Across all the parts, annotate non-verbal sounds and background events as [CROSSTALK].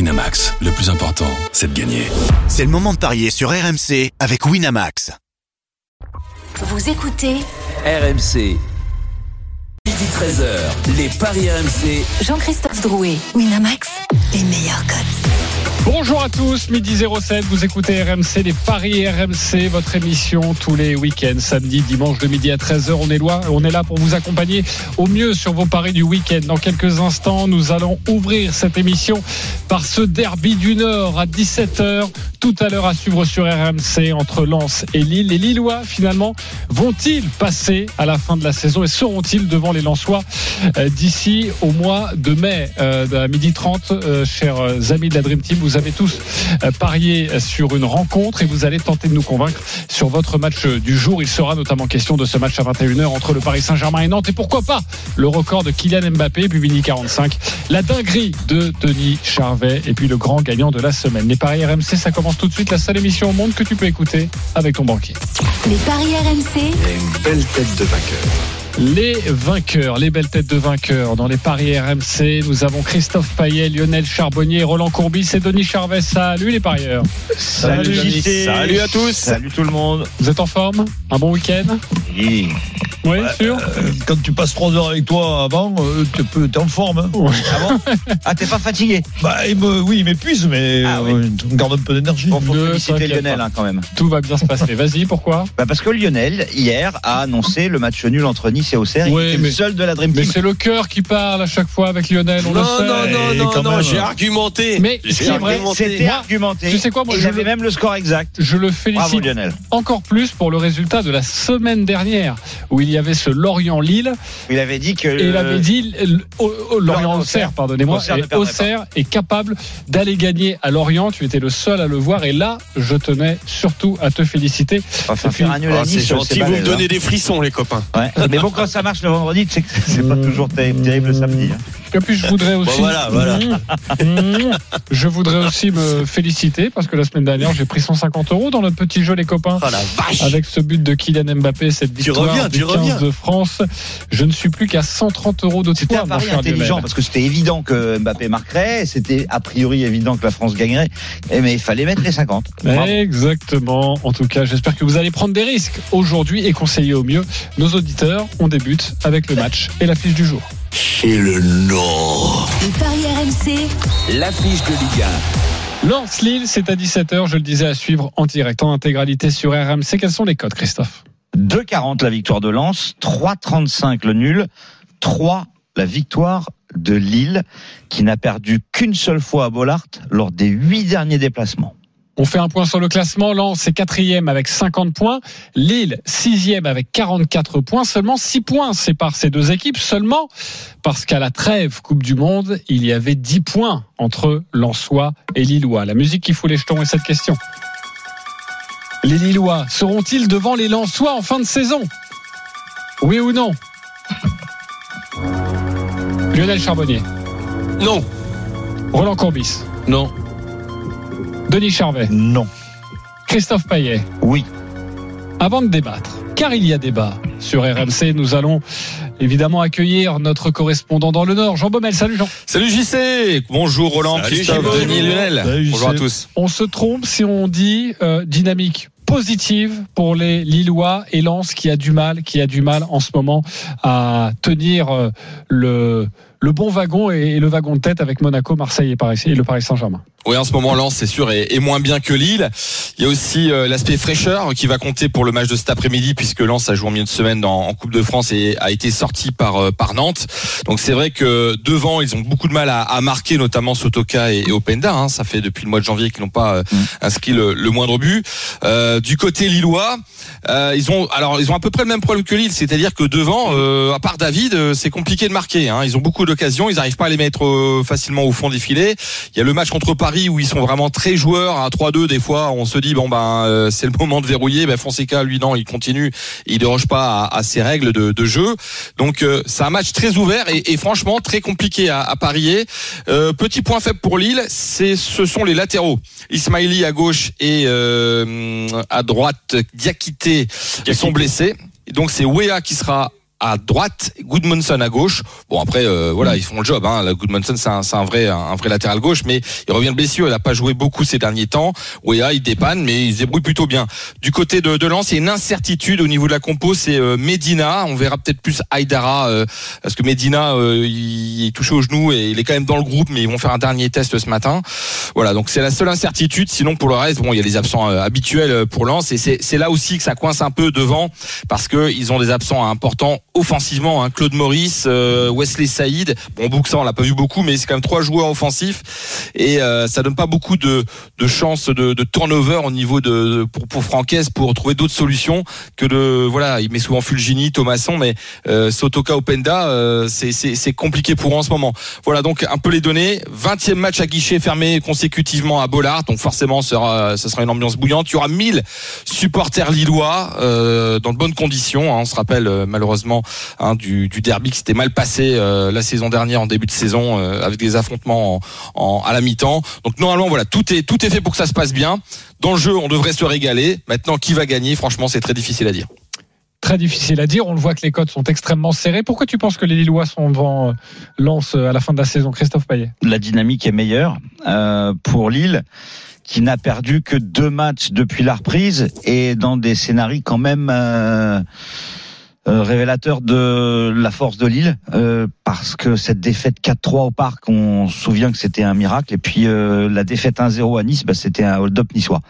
Winamax, le plus important, c'est de gagner. C'est le moment de parier sur RMC avec Winamax. Vous écoutez RMC. Midi 13h, les Paris RMC. Jean-Christophe Drouet, Winamax, les meilleurs codes. Bonjour à tous, midi 07, vous écoutez RMC, les Paris RMC, votre émission tous les week-ends, samedi, dimanche de midi à 13h. On est, loin, on est là pour vous accompagner au mieux sur vos paris du week-end. Dans quelques instants, nous allons ouvrir cette émission par ce derby du Nord à 17h. Tout à l'heure à suivre sur RMC entre Lens et Lille. Les Lillois, finalement, vont-ils passer à la fin de la saison et seront-ils devant les Lensois euh, d'ici au mois de mai euh, à midi 30 euh, Chers amis de la Dream Team, vous vous avez tous euh, parié sur une rencontre et vous allez tenter de nous convaincre sur votre match euh, du jour. Il sera notamment question de ce match à 21h entre le Paris Saint-Germain et Nantes et pourquoi pas le record de Kylian Mbappé, puis midi 45, la dinguerie de Denis Charvet et puis le grand gagnant de la semaine. Les paris RMC, ça commence tout de suite, la seule émission au monde que tu peux écouter avec ton banquier. Les paris RMC, Les vainqueurs, les belles têtes de vainqueurs dans les paris RMC. Nous avons Christophe Payet, Lionel Charbonnier, Roland Courbis et Denis Charvet. Salut les parieurs. Salut, Salut, JC. Salut à tous. Salut tout le monde. Vous êtes en forme Un bon week-end Oui. Oui, sûr. Quand tu passes 3 heures avec toi avant, euh, tu peux t'es en forme. hein. Ah, t'es pas fatigué Bah, il me- oui, il m'épuise, mais Ah oui. euh, on garde un peu d'énergie. Bon, faut Ne féliciter t'inquiète Lionel pas. hein, quand même. Tout va bien se passer. Vas-y, pourquoi Bah, parce que Lionel, hier, a annoncé le match nul entre Nice et Auxerre. Ouais, il était mais- le seul de la Dream Mais Team. c'est le cœur qui parle à chaque fois avec Lionel, on Non, le sait. non, Oh non, Et non, quand non, même, j'ai euh, argumenté. Mais ce qui est vrai, C'était moi, argumenté. tu sais quoi, moi, Et je il avait veux- même le score exact. je le Bravo félicite Lionel. encore plus pour le résultat de la semaine dernière où il y avait ce Lorient-Lille Il avait dit que. et il avait dit l- au- au- Lorient-Auxerre, Lorient-Auxerre, pardonnez-moi, Auxerre ne et perdrait pas. Auxerre est capable d'aller gagner à Lorient. Tu étais le seul à le voir et là, je tenais surtout à te féliciter. Enfin, faire un nul à Ah, c'est Nice, gentil, c'est vous me balèze, donnez des frissons, les copains. hein. Ouais. Mais bon, quand ça marche le vendredi, tu sais que c'est pas Euh, toujours terrible, terrible le samedi. hein. Et puis je voudrais aussi, voilà, voilà. Mmh, mmh. je voudrais aussi me féliciter parce que la semaine dernière j'ai pris 150 euros dans notre petit jeu les copains. Ah la vache Avec ce but de Kylian Mbappé, cette victoire reviens, du tu 15 reviens. de France, je ne suis plus qu'à 130 euros de C'était toi, un mon pari cher intelligent Lionel. parce que c'était évident que Mbappé marquerait, c'était a priori évident que la France gagnerait, Eh, mais il fallait mettre les 50. Bravo. Exactement. En tout cas, j'espère que vous allez prendre des risques aujourd'hui et conseiller au mieux nos auditeurs. On débute avec le match et la fiche du jour. les paris RMC, L'affiche de Ligue Lance Lille, c'est à 17h, je le disais, à suivre en direct, en intégralité sur RMC. Quels sont les codes, Christophe 2,40 la victoire de Lens, 3,35 le nul, 3 la victoire de Lille, qui n'a perdu qu'une seule fois à Bollard lors des huit derniers déplacements. On fait un point sur le classement. Lens est quatrième avec 50 points. Lille, sixième avec 44 points. Seulement 6 points séparent ces deux équipes. Seulement parce qu'à la trêve Coupe du Monde, il y avait 10 points entre Lensois et Lillois. La musique qui fout les jetons est cette question. Les Lillois seront-ils devant les Lensois en fin de saison Oui ou non Lionel Charbonnier. Non Roland Courbis. Non Denis Charvet. Non Christophe Paillet. Oui, Avant de débattre, car il y a débat sur RMC, nous allons évidemment accueillir notre correspondant dans le Nord, Jean Baumel. Salut Jean. Salut JC Bonjour Roland, Salut, Christophe, JC. Denis et Lionel. Salut, Bonjour à JC. tous. On se trompe si on dit euh, dynamique positive pour les Lillois et Lens qui a du mal, qui a du mal en ce moment à tenir euh, le, le bon wagon et, et le wagon de tête avec Monaco, Marseille et, Paris, et le Paris Saint-Germain. Oui, en ce moment, Lens, c'est sûr, est, est moins bien que Lille. Il y a aussi euh, l'aspect fraîcheur qui va compter pour le match de cet après-midi, puisque Lens a joué en milieu de semaine dans- en Coupe de France et a été sorti par, euh, par Nantes. Donc c'est vrai que devant, ils ont beaucoup de mal à, à marquer, notamment Sotoka et, et Openda. hein. Ça fait depuis le mois de janvier qu'ils n'ont pas euh, inscrit le, le moindre but. Euh, du côté lillois, euh, ils ont alors ils ont à peu près le même problème que Lille, c'est-à-dire que devant, euh, à part David, euh, c'est compliqué de marquer. hein. Ils ont beaucoup d'occasions, ils n'arrivent pas à les mettre euh, facilement au fond des filets. Il y a le match contre Paris où ils sont vraiment très joueurs à 3-2 des fois on se dit bon ben euh, [LAUGHS] c'est le moment de verrouiller ben Fonseca lui non il continue il déroge pas à, à ses règles de, de jeu donc euh, c'est un match très ouvert et, et franchement très compliqué à, à parier Euh, petit point faible pour Lille c'est ce sont les latéraux Ismaili à gauche et euh, à droite Diakité, sont blessés Et donc c'est Wea qui sera à droite, Goodmanson à gauche. Bon après euh, voilà ils font le job. Hein. La Goodmanson c'est un, c'est un vrai un vrai latéral gauche, mais il revient de blessure. Il a pas joué beaucoup ces derniers temps. Ouéa il dépanne, mais il se débrouille plutôt bien. Du côté de, de Lens, il y a une incertitude au niveau de la compo. C'est euh, Medina. On verra peut-être plus Aydara euh, parce que Medina euh, il est touché au genou et il est quand même dans le groupe, mais ils vont faire un dernier test ce matin. Voilà donc c'est la seule incertitude. Sinon pour le reste bon il y a les absents euh, habituels pour Lens et c'est c'est là aussi que ça coince un peu devant parce que ils ont des absents importants offensivement. hein. Claude Maurice, euh, Wesley Saïd. Bon, Bouxan, on l'a pas vu beaucoup, mais c'est quand même trois joueurs offensifs et euh, ça donne pas beaucoup de, de chances de, de turnover au niveau de, de- pour, pour Francaise pour trouver d'autres solutions que de voilà. Il met souvent Fulgini, Thomasson, mais euh, Sotoka, Openda, euh, c'est- c'est c'est compliqué pour eux en ce moment. Voilà donc un peu les données. 20e match à guichet fermé consécutivement à Bollard, donc forcément ce sera, ce sera une ambiance bouillante. Il y aura 1000 supporters lillois euh, dans de bonnes conditions. hein. On se rappelle euh, malheureusement hein, du, du derby qui s'était mal passé euh, la saison dernière en début de saison euh, avec des affrontements en, en- à la mi-temps. Donc normalement voilà tout est tout est fait pour que ça se passe bien. Dans le jeu on devrait se régaler. Maintenant qui va gagner Franchement c'est très difficile à dire. Très difficile à dire. On le voit que les codes sont extrêmement serrés. Pourquoi tu penses que les Lillois sont devant euh, Lens euh, à la fin de la saison, Christophe Payet la dynamique est meilleure euh, pour Lille, qui n'a perdu que deux matchs depuis la reprise et dans des scénarios quand même euh, euh, révélateurs de la force de Lille, euh, parce que cette défaite 4-3 au parc, on se souvient que c'était un miracle, et puis euh, la défaite 1-0 à Nice, bah, c'était un hold-up niçois.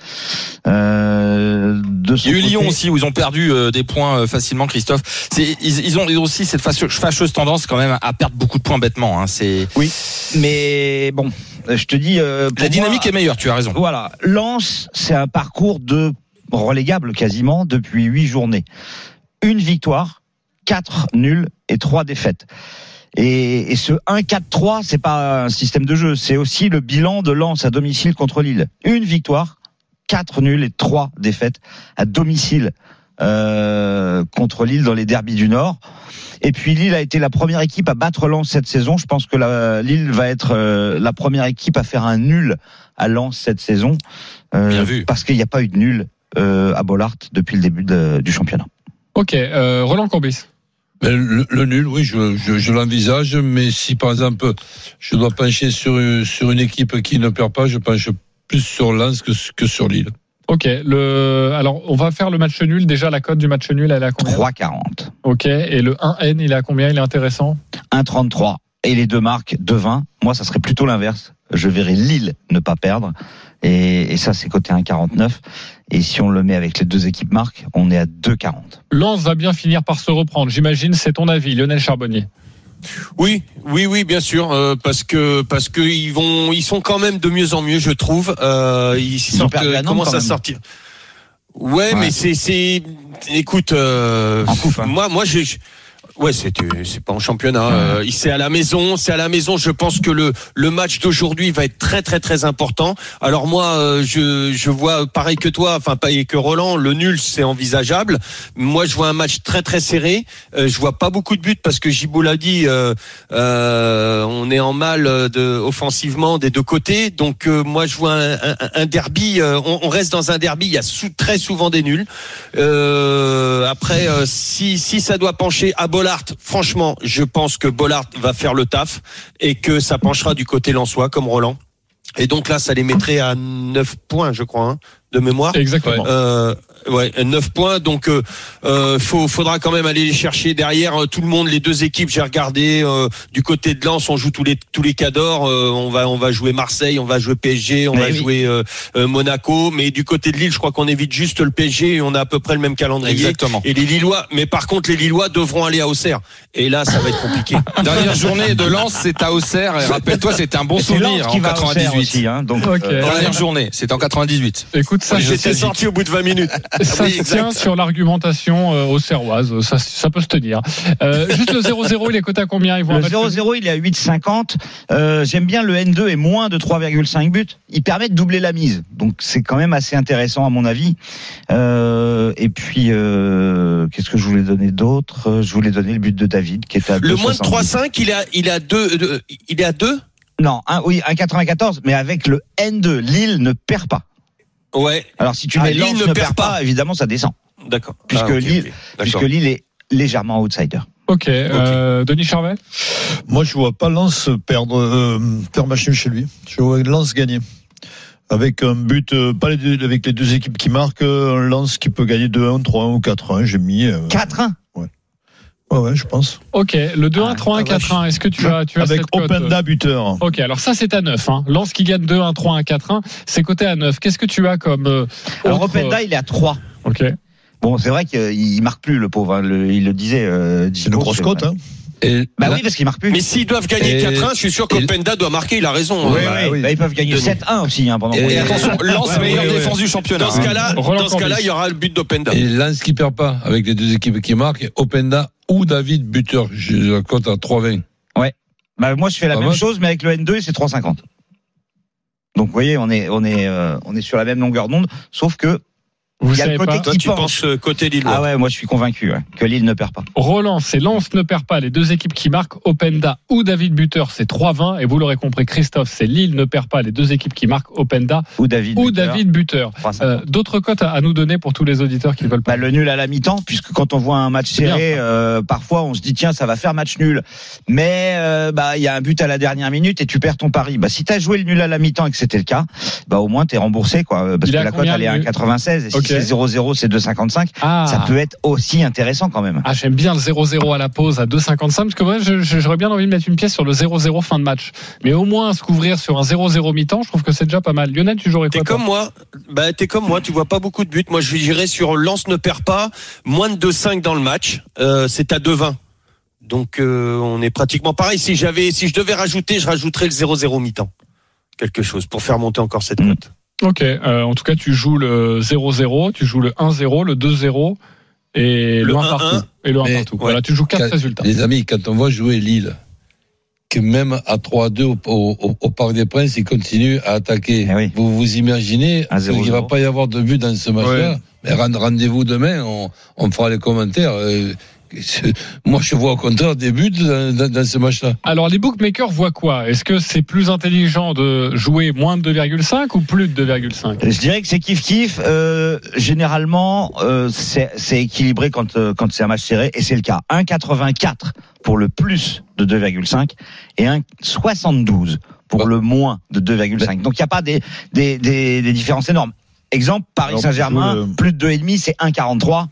Euh, de son Il y a eu côté- Lyon aussi où ils ont perdu euh, des points euh, facilement, Christophe. C'est ils, ils ont ils ont aussi cette fâcheuse, fâcheuse tendance quand même à perdre beaucoup de points bêtement. hein. C'est Mais bon, je te dis... euh, pour la dynamique moi- est meilleure. Tu as raison. Voilà, Lens, c'est un parcours de relégable quasiment depuis huit journées. Une victoire, quatre nuls et trois défaites. Et, et ce 1-4-3, c'est pas un système de jeu, c'est aussi le bilan de Lens à domicile contre Lille. Une victoire, quatre nuls et trois défaites à domicile euh, contre Lille dans les derbys du Nord. Et puis Lille a été la première équipe à battre Lens cette saison. Je pense que la, Lille va être euh, la première équipe à faire un nul à Lens cette saison. Euh, Bien vu. Parce qu'il n'y a pas eu de nul euh, à Bollard depuis le début de- du championnat. Ok, euh, Roland Courbis. Ben, le, le nul, oui, je, je, je l'envisage, mais si par exemple je dois pencher sur, une- sur une équipe qui ne perd pas, je penche plus sur Lens que, que sur Lille. Ok, le... alors on va faire le match nul. Déjà, la cote du match nul, elle est à combien 3,40. Ok, et le 1N, il est à combien Il est intéressant 1,33. Et les deux marques, 2,20. Moi, ça serait plutôt l'inverse. Je verrais Lille ne pas perdre. Et, et ça, c'est côté 1,49. Et si on le met avec les deux équipes marques, on est à 2,40. Lens va bien finir par se reprendre, j'imagine, c'est ton avis, Lionel Charbonnier. Oui, oui, oui, bien sûr, euh, parce que parce que ils vont, ils sont quand même de mieux en mieux, je trouve. Euh, ils ont sortent, perdu à euh, Nantes, commencent quand à même. sortir. Ouais, Ouais. mais c'est c'est, écoute, euh, En coupe, hein. moi moi j'ai j'ai- Ouais, c'est c'est pas en championnat. Euh, il- c'est à la maison, c'est à la maison. Je pense que le le match d'aujourd'hui va être très très très important. Alors moi, euh, je je vois pareil que toi, enfin pareil que Roland, le nul c'est envisageable. Moi, je vois un match très très serré. Euh, je vois pas beaucoup de buts parce que Gibault l'a dit, euh, euh, on est en mal euh, de, offensivement des deux côtés. Donc euh, moi, je vois un, un- un derby. euh, on, on reste dans un derby. Il y a sou- très souvent des nuls. Euh, après, euh, si, si ça doit pencher à Bollard, franchement, je pense que Bollard va faire le taf et que ça penchera du côté lensois comme Roland. Et donc là, ça les mettrait à 9 points, je crois, hein, de mémoire. Exactement. Euh, ouais, 9 points. Donc, euh, euh, faut, faudra quand même aller les chercher derrière. euh, tout le monde, les deux équipes, j'ai regardé. euh, du côté de Lens, on joue tous les tous les cadors. euh, on va on va jouer Marseille, on va jouer PSG, on Mais va oui. jouer euh, euh, Monaco. Mais du côté de Lille, je crois qu'on évite juste le PSG. Et on a à peu près le même calendrier. Exactement. Et les Lillois, mais par contre, les Lillois devront aller à Auxerre. Et là, ça va être compliqué. [LAUGHS] Dernière journée de Lens, c'est à Auxerre. Et rappelle-toi, c'était un bon Et c'est Lens souvenir qui en va au Serre 98. aussi. Hein, donc, Ok. euh, Dernière journée, c'était en 98. Écoute, ça, ça, J'étais sorti au bout de 20 minutes. ça Ah Oui, se exact. tient sur l'argumentation euh, aux Serroises, ça, ça peut se tenir. [LAUGHS] Euh, juste le 0-0, il est coté à combien ils vont Le un match nul 0-0, il est à 8,50. Euh, J'aime bien le N2 et moins de 3,5 buts. Il permet de doubler la mise. Donc c'est quand même assez intéressant à mon avis. Euh, et puis, euh, qu'est-ce que je voulais donner d'autre Euh, Je voulais donner le but de David qui est à Le moins de 3,5 3,5, il est à il est à deux, deux- il est à deux. Non, un, oui, 1,94. Mais avec le N2, Lille ne perd pas. Ouais, Alors si tu Ah, mets Lille Lens ne, perd pas, évidemment ça descend. d'accord. Puisque Ah, ok, Lille- ok. D'accord. Puisque Lille est légèrement outsider. Ok. euh, Denis Charvet Moi, je vois pas Lens perdre, euh, faire match nul chez lui. Je vois Lens gagner. Avec un but, euh, pas les deux, avec les deux équipes qui marquent, euh, un Lens qui peut gagner 2-1, 3-1 ou 4-1. J'ai mis. euh, 4-1. ouais, ouais, je pense. Ok. Le 2-1, Ah, 3-1, la vache. 4-1. Est-ce que tu as, tu as avec cette cote, euh, Openda buteur. Ok, alors ça c'est à 9. Hein. Lance qui gagne 2, 1, 3, 1, 4, 1. C'est coté à 9. Qu'est-ce que tu as comme. euh, Alors autre- Openda, il est à 3. Ok. Bon, c'est vrai qu'il marque plus, le pauvre. hein. Le- il le disait. euh, C'est une Djibo, grosse cote. vrai. Hein. Et Bah là- oui, parce qu'il marque plus. Mais s'ils doivent gagner Et- 4-1, je suis sûr et- qu'Openda doit marquer, il a raison. Oui, hein. oui, bah, ils peuvent gagner 7-1 aussi hein, pendant Et qu'on est- Attention, Lens Ouais, meilleure ouais, ouais. défense du championnat. Dans ce cas-là, Roland hein. dans ce cas-là, Courbis. il y aura le but d'Openda. Et Lens qui perd pas avec les deux équipes qui marquent, Openda ou David buteur. Je la cote à 3,20. Bah, moi, je fais la Pas même mal. chose, mais avec le N2, c'est 3,50. Donc, vous voyez, on est, on est, euh, on est sur la même longueur d'onde, sauf que Vous Il y a savez le côté pas. qui- Toi, il tu pense. penses euh, côté Lille. ah ouais, moi, je suis convaincu ouais, que Lille ne perd pas. Roland, c'est Lance ne perd pas. Les deux équipes qui marquent, Openda ou David Buteur, c'est 3-20. Et vous l'aurez compris, Christophe, c'est Lille ne perd pas. Les deux équipes qui marquent, Openda Ou David. ou buteur, David Buteur. 3,50. Euh, D'autres cotes à, à nous donner pour tous les auditeurs qui veulent pas. Bah, le nul à la mi-temps, puisque quand on voit un match bien, serré, euh, parfois on se dit tiens ça va faire match nul, mais euh, bah il y a un but à la dernière minute et tu perds ton pari. Bah si t'as joué le nul à la mi-temps et que c'était le cas, bah au moins t'es remboursé quoi, Euh, parce Il est que à la cote combien, elle est à le- 1,96 et si Ok. c'est 0-0 c'est 2,55. Ah, Bah, Ça peut être aussi intéressant quand même. ah j'aime bien le 0-0 à la pause à 2,55 parce que moi je- je- j'aurais bien envie de mettre une pièce sur le 0-0 fin de match. Mais au moins se couvrir sur un 0-0 mi-temps, je trouve que c'est déjà pas mal. Lionel, tu jouerais T'es quoi toi comme moi, bah t'es comme moi, tu vois pas beaucoup de buts. Moi je dirais sur Lance ne perd pas, moins de 2-5 dans le match, euh, c'est à 2-20. Donc euh, on est pratiquement pareil. Si j'avais, si je devais rajouter, je rajouterais le 0-0 mi-temps, quelque chose pour faire monter encore cette Mm. note. Ok, euh, en tout cas, tu joues le 0-0, tu joues le 1-0, le 2-0 et le Le 1 1-1. partout. Et le 1 Mais, partout. Voilà, tu joues 4 Quatre- résultats. Les amis, quand on voit jouer Lille, que même à 3-2 au, au- au Parc des Princes, il continue à attaquer. Eh oui. Vous vous imaginez Un 0-0. qu'il va pas y avoir de but dans ce match-là Mais rend- Rendez-vous demain, on, on fera les commentaires. Euh, [LAUGHS] c'est- Moi, je vois au contraire des buts dans, dans- dans ce match-là. Alors, les bookmakers voient quoi Est-ce que c'est plus intelligent de jouer moins de 2,5 ou plus de [LAUGHS] 2,5 Je dirais que c'est kiff kiff. Euh, généralement, euh, c'est c'est équilibré quand euh, quand c'est un match serré et c'est le cas. 1,84 pour le plus de 2,5 et 1,72 pour Bah. le moins de 2,5. Donc il n'y a pas des des, des des différences énormes. Exemple Paris Alors, Saint-Germain, plutôt euh, le- plus de 2,5 c'est 1,43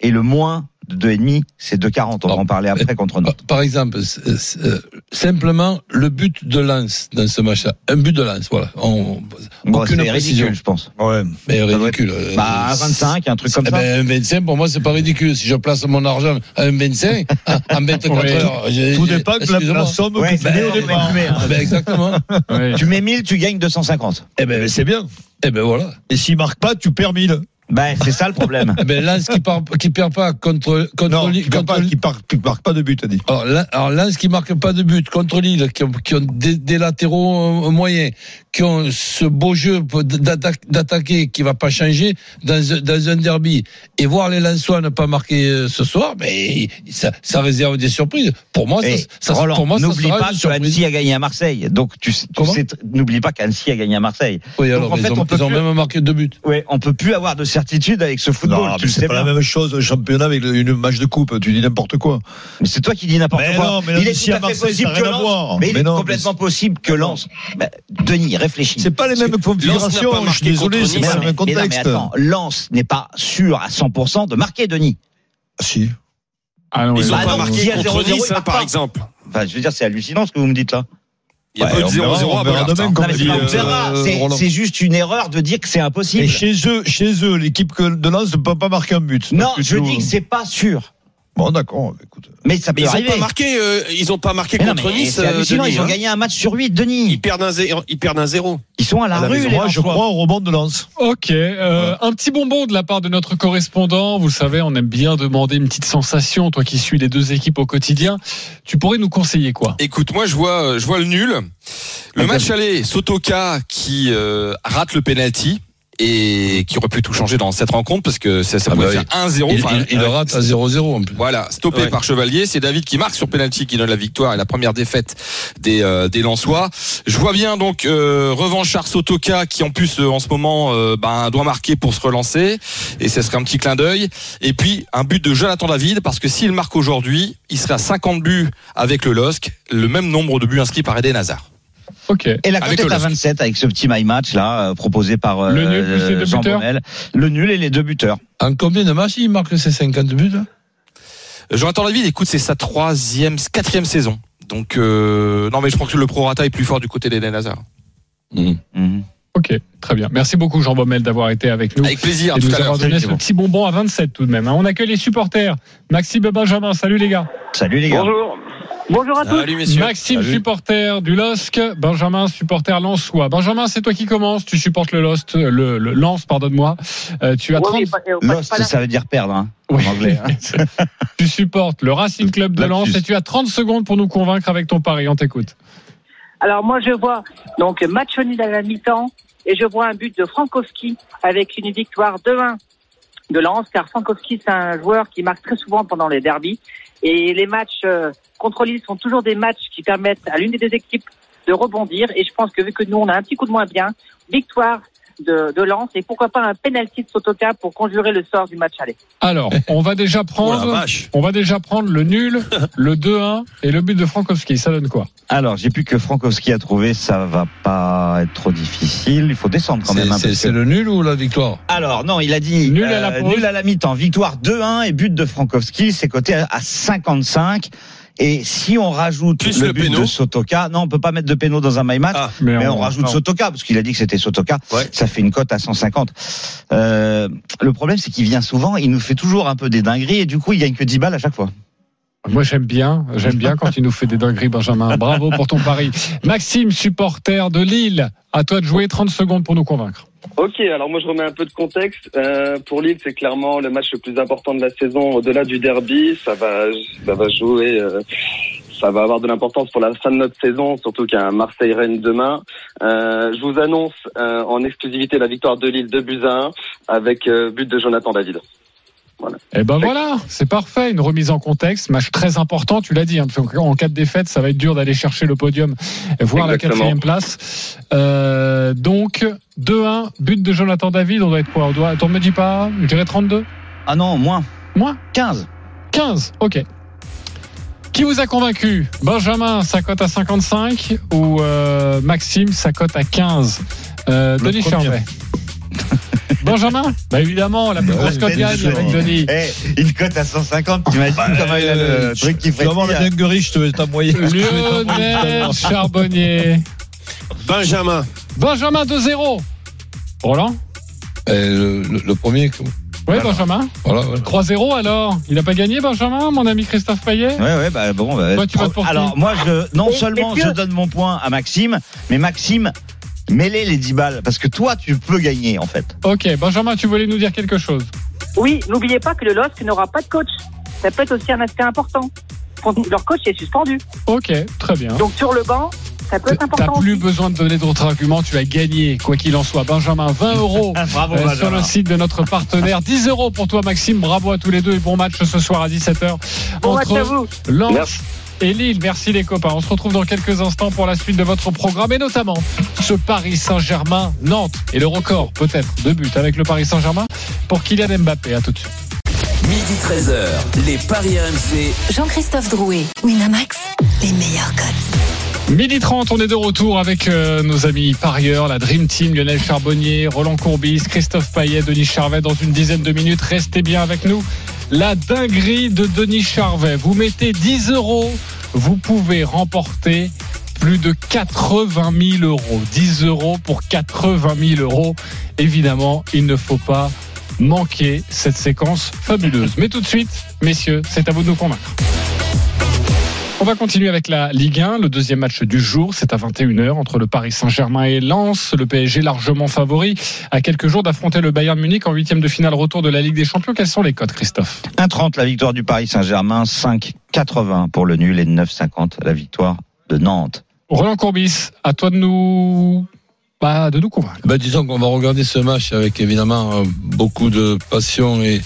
et le moins de 2,5 c'est 2,40. On va Alors, en parler après contre nous. Par- Par exemple, c'est- c'est, euh, simplement le but de Lens dans ce match-là. Un but de Lens, voilà. On, Bon, c'est aucune précision. ridicule, je pense. Ouais. Mais Ça doit ridicule. Euh, Bah, un 25, un truc comme Eh ça. ben, un 25, pour moi, c'est pas ridicule. Si je place mon argent à un 25, à- [LAUGHS] à 24 Oui. heures. j'ai- Tout j'ai- dépend de la, excusez-moi. la somme Ouais, que tu mets au c'est- départ. Ah ben, [LAUGHS] exactement. Ouais. Tu mets 1000, tu gagnes 250. Eh ben, c'est- C'est bien. eh ben, voilà. Et s'il marque pas, tu perds 1000. Ben, c'est ça le problème. Eh ben, Lens qui, part- qui perd pas contre, contre, Non, Lille- tu perds contre pas, Lille- qui marque, qui marque pas de but, t'as dit. Alors, Lens- alors, Lens qui marque pas de but contre Lille, qui ont, qui ont des, des latéraux euh, moyens, qui ont ce beau jeu pour- d'attaque- d'attaquer qui va pas changer dans, un- dans un derby. Et voir les Lensois ne pas marquer euh, ce soir, mais ça, ça réserve des surprises. Pour moi, Eh, [LAUGHS] ça, ça- Roland, pour moi, ça n'oublie sera pas une que surprise. Annecy a gagné à Marseille. Donc tu, sais- tu Comment sais tr- n'oublie pas qu'Annecy a gagné à Marseille. Oui, Donc, alors, en ils fait, ont, on peut ils ont plus- même marqué deux buts. Ouais, on peut plus avoir de certitude avec ce football. non, tu mais le sais c'est pas bien. la même chose, un championnat avec le- une match de coupe. Tu dis n'importe quoi. Mais c'est toi qui dis n'importe Mais quoi. non, mais il est Annecy tout à à fait Marseille, ça possible a que rien à Lens. voir. Mais il Mais est non, complètement possible que Lens. Ben, Denis, réfléchis. C'est pas les mêmes configurations. Lens Je n'a pas suis marqué désolé, contre c'est Nice. pas non, le même mais non, mais contexte. attends, Lens n'est pas sûr à 100% de marquer Denis. Si. Ah non, Ils ouais. ont Bah pas non, s'il y marqué a contre 0-0, Nice, il hein, part par pas. exemple. Enfin, je veux dire, c'est hallucinant ce que vous me dites là. Il y a Ouais, pas eu de on verra, 0-0 on Ah, à verra Bollard. demain, Non, Comme mais c'est dit, pas on euh, verra, c'est- Roland. c'est juste une erreur de dire que c'est impossible. Et chez eux, chez eux, l'équipe que- de Lens ne peut pas marquer un but. Non, Donc, je nous- dis que c'est pas sûr. Bon, d'accord. Écoute. Mais ça peut Mais ils ont arriver. pas marqué, euh, ils ont pas marqué Mais non, contre mais Nice. c'est euh, hallucinant, Denis, ils ont hein. gagné un match sur 8, Denis. Ils perdent un zéro. Ils perdent un zéro. Ils sont à la, À la rue, maison, les Ah, Moi, je Lensois. crois au rebond de Lens. Ok, euh, un petit bonbon de la part de notre correspondant. Vous le savez, on aime bien demander une petite sensation. Toi qui suis les deux équipes au quotidien, tu pourrais nous conseiller quoi Écoute, moi je vois, Ah, bah euh, je vois le nul. Le match aller, Sotoka qui euh, rate le penalty et qui aurait pu tout changer dans cette rencontre parce que ça, ça Ah pouvait bah faire 1-0. Il, enfin, il- il le rate à 0-0 en plus. Voilà, stoppé Ouais. par Chevalier, c'est David qui marque sur penalty qui donne la victoire et la première défaite des euh, des Lensois. Je vois bien donc euh, revanchard Sotoka qui en plus euh, en ce moment euh, ben, doit marquer pour se relancer et ça serait un petit clin d'œil. Et puis un but de Jonathan David parce que s'il marque aujourd'hui, il serait à 50 buts avec le LOSC, le même nombre de buts inscrits par Eden Hazard. Ok. Et la cote Avec est le à LOSC. 27 avec ce petit my match là euh, proposé par euh, Le nul plus les deux Jean buteurs. Bonnel. Le nul et les deux buteurs. En combien de matchs il marque ses 50 buts là Euh, Jonathan David, écoute, c'est sa troisième, quatrième saison. Donc euh, non mais je pense que le prorata est plus fort du côté d'Eden Hazard. Mhm. Ok, très bien. Merci beaucoup Jean Baumel d'avoir été avec nous. Avec plaisir. et de tout nous à l'heure. avoir donné ce petit bonbon à 27 tout de même. hein. On accueille les supporters. Maxime et Benjamin, salut les gars. Salut les gars. Bonjour. Bonjour à tous. Salut messieurs. Maxime, Salut. supporter du LOSC. Benjamin, supporter Lensois. Benjamin, c'est toi qui commences. Tu supportes le LOSC, le, le Lens, pardonne-moi. Euh, tu as Ouais, 30, oui, pas- euh, pas- Lost, pas là. ça veut dire perdre hein, Oui. en anglais. [LAUGHS] hein. [LAUGHS] tu supportes le Racing Club de Lens Lapsus. et tu as 30 secondes pour nous convaincre avec ton pari. On t'écoute. Alors moi je vois donc match nul à la mi-temps et je vois un but de Frankowski avec une victoire 2-1 de Lens car Frankowski c'est un joueur qui marque très souvent pendant les derbies et les matchs euh, contre Lille sont toujours des matchs qui permettent à l'une des deux équipes de rebondir et je pense que vu que nous on a un petit coup de moins bien, victoire de, de Lens et pourquoi pas un penalty de Sotoka pour conjurer le sort du match aller. [LAUGHS] Alors, on va déjà Oh la prendre, vache. on va déjà prendre [LAUGHS] le nul, le 2-1 et le but de Frankowski. Ça donne quoi? Alors, j'ai plus que Frankowski à trouver, ça va pas être trop difficile. Il faut descendre quand même. hein, C'est- un peu. C'est c'est le nul ou la victoire Alors, non, il a dit euh, Nul à la pause. nul à la mi-temps. Victoire 2-1 et but de Frankowski, c'est coté à- à 55. Et si on rajoute Plus le, le but péno. de Sotoka, non, on peut pas mettre de péno dans un my match. Ah, Mais on, rajoute Sotoka parce qu'il a dit que c'était Sotoka. Ouais. Ça fait une cote à 150. Euh, le problème, c'est qu'il vient souvent, il nous fait toujours un peu des dingueries et du coup, il gagne que 10 balles à chaque fois. Moi, j'aime bien. J'aime bien quand il nous fait des [LAUGHS] dingueries, Benjamin. Bravo pour ton pari. Maxime, supporter de Lille, à toi de jouer 30 secondes pour nous convaincre. Ok, alors moi je remets un peu de contexte. Euh, pour Lille, c'est clairement le match le plus important de la saison. Au-delà du derby, ça va, ça va jouer, euh, ça va avoir de l'importance pour la fin de notre saison, surtout qu'il y a un Marseille-Rennes demain. Euh, je vous annonce euh, en exclusivité la victoire de Lille de buts à 1 avec euh, but de Jonathan David. Eh ben voilà, c'est parfait. Une remise en contexte, match très important. Tu l'as dit, hein, parce qu'en cas de défaite, ça va être dur d'aller chercher le podium, voire la Exactement. quatrième place. Euh, donc 2-1, but de Jonathan David. On doit être quoi On doit. Attends, me dis pas. Je dirais 32, Ah non, moins. moins 15. 15. Ok. Qui vous a convaincu Benjamin, sa cote à 55 ou euh, Maxime, sa cote à 15 euh, Le Denis premier. [LAUGHS] Charvet. Benjamin Bah évidemment, la plus Euh, grosse cote Ben, gagne sûr. avec [LAUGHS] Bah, Denis. Eh, une cote à 150, t'imagines comment il a le euh, truc qui fait Avant la dinguerie, je te vais t'amoyer. Lionel Charbonnier. Benjamin. Benjamin 2-0. Roland Eh, le, le- le premier. quoi. Oui, Benjamin. Voilà, voilà. 3-0 alors. Il n'a pas gagné, Benjamin, mon ami Christophe Payet Ouais, ouais, bah bon. bah, Toi, tu pro- votes pour qui Alors, moi, je, non Et- seulement messieurs- je donne mon point à Maxime, mais Maxime, mêlez les 10 balles, parce que toi, tu peux gagner, en fait. Ok, Benjamin, tu voulais nous dire quelque chose Oui, n'oubliez pas que le LOSC n'aura pas de coach. Ça peut être aussi un aspect important. Leur coach est suspendu. Ok, très bien. Donc sur le banc, ça peut T'as plus besoin de donner d'autres arguments, tu as gagné, quoi qu'il en soit. Benjamin, 20 euros bravo, euh, sur le site de notre partenaire. 10 euros pour toi, Maxime. Bravo à tous les deux et bon match ce soir à 17h entre vous. Lens et Lille. Merci les copains. On se retrouve dans quelques instants pour la suite de votre programme et notamment ce Paris Saint-Germain Nantes et le record peut-être de buts avec le Paris Saint-Germain pour Kylian Mbappé. À tout de suite. Midi 13h, les Paris RMC Jean-Christophe Drouet, Winamax, les meilleurs codes. Midi 30, on est de retour avec euh, nos amis parieurs, la Dream Team, Lionel Charbonnier, Roland Courbis, Christophe Payet, Denis Charvet. Dans une dizaine de minutes, restez bien avec nous. La dinguerie de Denis Charvet. Vous mettez 10 euros, vous pouvez remporter plus de 80 000 euros. 10 euros pour 80 000 euros. Évidemment, il ne faut pas manquer cette séquence fabuleuse. Mais tout de suite, messieurs, c'est à vous de nous convaincre. On va continuer avec la Ligue 1. Le deuxième match du jour, c'est à 21h entre le Paris Saint-Germain et Lens. Le PSG largement favori à quelques jours d'affronter le Bayern Munich en huitième de finale retour de la Ligue des Champions. Quels sont les codes, Christophe 1,30 la victoire du Paris Saint-Germain, 5,80 pour le nul et 9,50 la victoire de Nantes. Roland Courbis, à toi de nous bah, de nous convaincre. Ben, disons qu'on va regarder ce match avec évidemment euh, beaucoup de passion et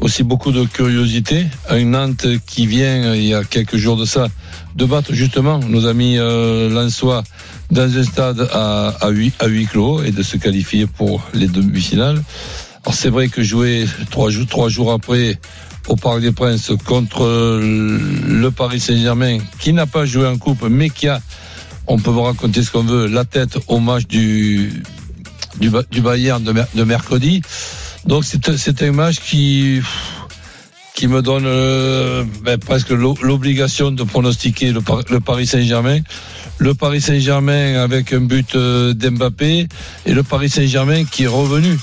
aussi beaucoup de curiosité. Un Nantes qui vient euh, il y a quelques jours de ça de battre justement nos amis euh, Lançois dans un stade à, à, huis, à huis clos et de se qualifier pour les demi-finales. Alors c'est vrai que jouer trois, jou- trois jours après au Parc des Princes contre euh, le Paris Saint-Germain qui n'a pas joué en coupe mais qui a on peut vous raconter ce qu'on veut, la tête au match du, du, Ba- du Bayern de, mer- de mercredi. Donc c'est c'est un match qui, qui me donne euh, ben, presque l'o- l'obligation de pronostiquer le, Par- le Paris Saint-Germain. Le Paris Saint-Germain avec un but euh, d'Mbappé et le Paris Saint-Germain qui est revenu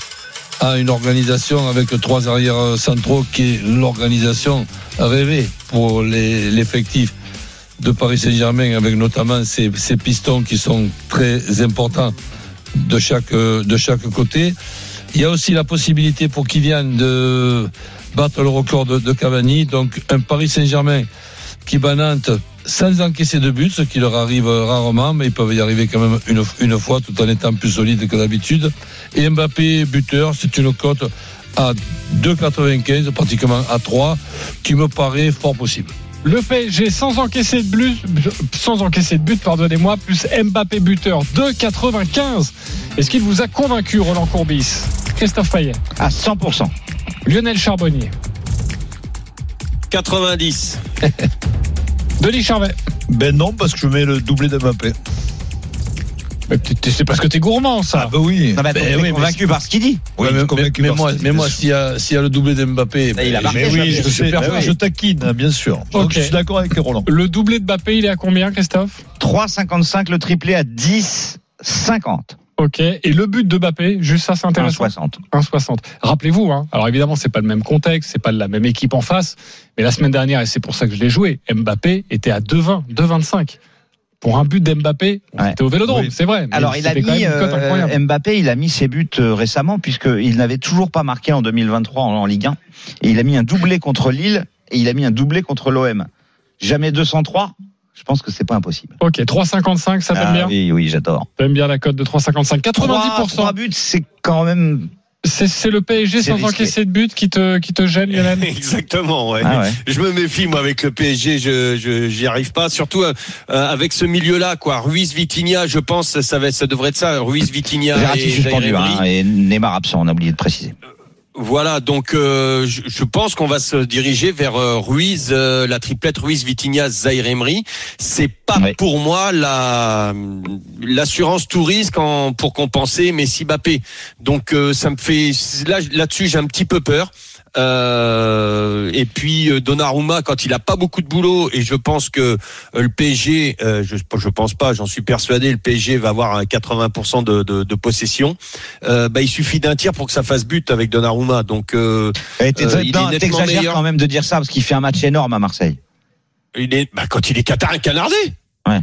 à une organisation avec trois arrières euh, centraux qui est l'organisation rêvée pour les- l'effectif de Paris Saint-Germain avec notamment ces, ces pistons qui sont très importants de chaque, euh, de chaque côté. Il y a aussi la possibilité pour Kylian de battre le record de, de Cavani. Donc un Paris Saint-Germain qui bat Nantes sans encaisser de but, ce qui leur arrive rarement, mais ils peuvent y arriver quand même une, une fois tout en étant plus solide que d'habitude. Et Mbappé, buteur, c'est une cote à 2,95, pratiquement à 3, qui me paraît fort possible. Le PSG sans encaisser de but, sans encaisser de but, pardonnez-moi, plus Mbappé buteur 2,95. Est-ce qu'il vous a convaincu, Roland Courbis, Christophe Payet, à 100%. Lionel Charbonnier, 90. Denis Charvet Ben non, parce que je mets le doublé d'Mbappé. Mais t'es- t'es- c'est parce que t'es gourmand, ça. bah oui. Non, mais eh attends, Ben t'es oui, mais convaincu par ce qu'il dit. Oui, mais, convaincu mais- mais par moi, cette mais Bah, moi, question. s'il y a, s'il y a le doublé d'Mbappé, il a ben, marqué, je- Mais oui, je, je, je sais, perds- ben oui, je taquine, bien sûr. Donc, Ok. Je suis d'accord avec Roland. Le doublé de Bappé, il est à combien, Christophe 3,55, le triplé à 10,50. Ok. Et le but de Bappé, juste ça, c'est intéressant. 1,60. 1,60. Rappelez-vous, hein, alors évidemment, c'est pas le même contexte, c'est pas la même équipe en face, mais la semaine dernière, et c'est pour ça que je l'ai joué, Mbappé était à 2,20, 2,25. Pour un but d'Mbappé, on Ouais. était au vélodrome, Oui. c'est vrai. mais Alors, il a c'était quand mis, même une cote euh, incroyable. Mbappé, il a mis ses buts euh, récemment, puisqu'il n'avait toujours pas marqué en 2023 en, en Ligue 1. Et il a mis un doublé contre Lille et il a mis un doublé contre l'OM. Jamais 203. Je pense que c'est pas impossible. Ok, 3,55, ça t'aime Ah, bien Oui, oui, j'adore. T'aimes bien la cote de 3,55. 3, 90%. buts, c'est quand même. C'est c'est le PSG C'est sans risqué. encaisser de but qui te, qui te gêne, Lionel [LAUGHS] [LAUGHS] Exactement, ouais. Ah ouais. Je me méfie moi avec le PSG, je je- j'y arrive pas. Surtout euh, euh, avec ce milieu-là, quoi. Ruiz Vitinha, je pense, ça, va- ça devrait être ça. Ruiz Vitinha Verratti et suspendu Zaire Emery. hein, et Neymar absent, on a oublié de préciser. Voilà, donc euh, je, je pense qu'on va se diriger vers euh, Ruiz, euh, la triplette Ruiz, Vitinha, Zaire Emery. C'est pas Ouais. pour moi la l'assurance tout risque en- pour compenser Messi, Mbappé. Donc euh, ça me fait là là-dessus j'ai un petit peu peur. Euh, et puis euh, Donnarumma quand il a pas beaucoup de boulot et je pense que euh, le PSG, euh, je, je pense pas, j'en suis persuadé, le PSG va avoir un 80% de, de, de possession. Euh, bah, il suffit d'un tir pour que ça fasse but avec Donnarumma. Donc euh, Et t'es- Euh, il est non, nettement T'exagères meilleur. quand même de dire ça parce qu'il fait un match énorme à Marseille. il est, bah, quand il est catarin canardé. Ouais.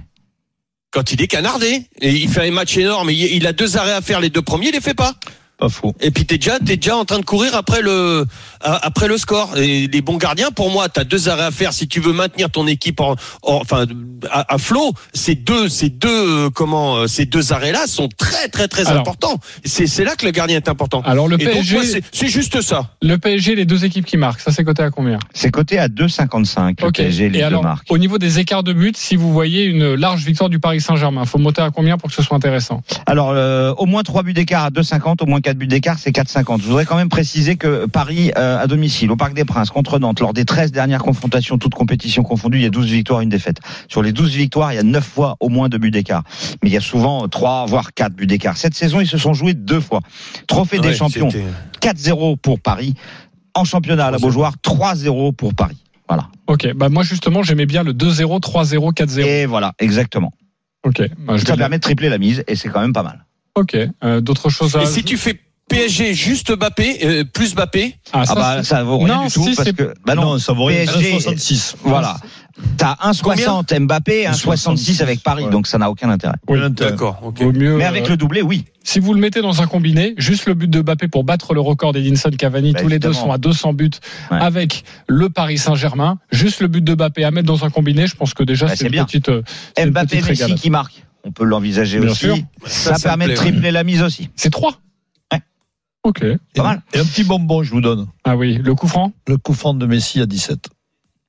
Quand il est canardé, et il fait un match énorme, il, il a deux arrêts à faire, les deux premiers, il les fait pas. Pas faux. Et puis t'es déjà, t'es déjà en train de courir après le, a- après le score. Et les bons gardiens, pour moi, t'as deux arrêts à faire si tu veux maintenir ton équipe en, en- enfin, à, à flot. Ces deux, ces deux, euh, comment, euh, ces deux arrêts-là sont très, très, très Alors. importants. C'est, c'est là que le gardien est important. Ah, Alors, le Et donc, PSG, moi, c'est, c'est juste ça. le PSG, les deux équipes qui marquent, ça c'est coté à combien C'est coté à 2,55 le Ok. PSG, les Et deux alors, marques. au niveau des écarts de but, si vous voyez une large victoire du Paris Saint-Germain, faut monter à combien pour que ce soit intéressant Alors, euh, au moins 3 buts d'écart à 2,50, au moins 4 buts d'écart, c'est 4,50. Je voudrais quand même préciser que Paris, euh, à domicile, au Parc des Princes, contre Nantes, lors des 13 dernières confrontations, toutes compétitions confondues, il y a 12 victoires, une défaite. Sur les 12 victoires, il y a 9 fois au moins 2 buts d'écart. Mais il y a souvent 3, voire 4 buts d'écart. Cette saison, ils se sont joués deux fois. Trophée des Ouais, champions, c'était- 4-0 pour Paris. En championnat à la Beaujoire, 3-0 pour Paris. Voilà. Ok, bah moi justement j'aimais bien le 2-0, 3-0, 4-0. Et voilà, exactement. Ok, bah, je Ça vais- permet de tripler la mise et c'est quand même pas mal. Ok, euh, d'autres choses à... Et si tu fais PSG juste Mbappé, euh, plus Mbappé, Ah, ça, Ah bah c'est- ça vaut rien Non, du tout si, parce c'est- que bah non, non, ça vaut rien. PSG, 1,66. Voilà. T'as 1,60 Mbappé, 1,66 avec Paris, Ouais. donc ça n'a aucun intérêt. oui, d'accord, ok. vaut mieux, Mais euh, avec le doublé, oui. Si vous le mettez dans un combiné, juste le but de Mbappé pour battre le record d'Edinson Cavani, Bah, tous les deux évidemment. sont à 200 buts Ouais. avec le Paris Saint-Germain, juste le but de Mbappé à mettre dans un combiné, je pense que déjà Bah, c'est c'est une bien. petite euh, c'est une Mbappé petite Messi régalade. qui marque. on peut l'envisager Bien aussi. sûr. Ça, Ça, ça me permet de plaît, tripler la mise aussi. C'est 3 Ouais. Ok. Et, Pas mal. et un petit bonbon, je vous donne. Ah oui, le coup franc Le coup franc de Messi à 17.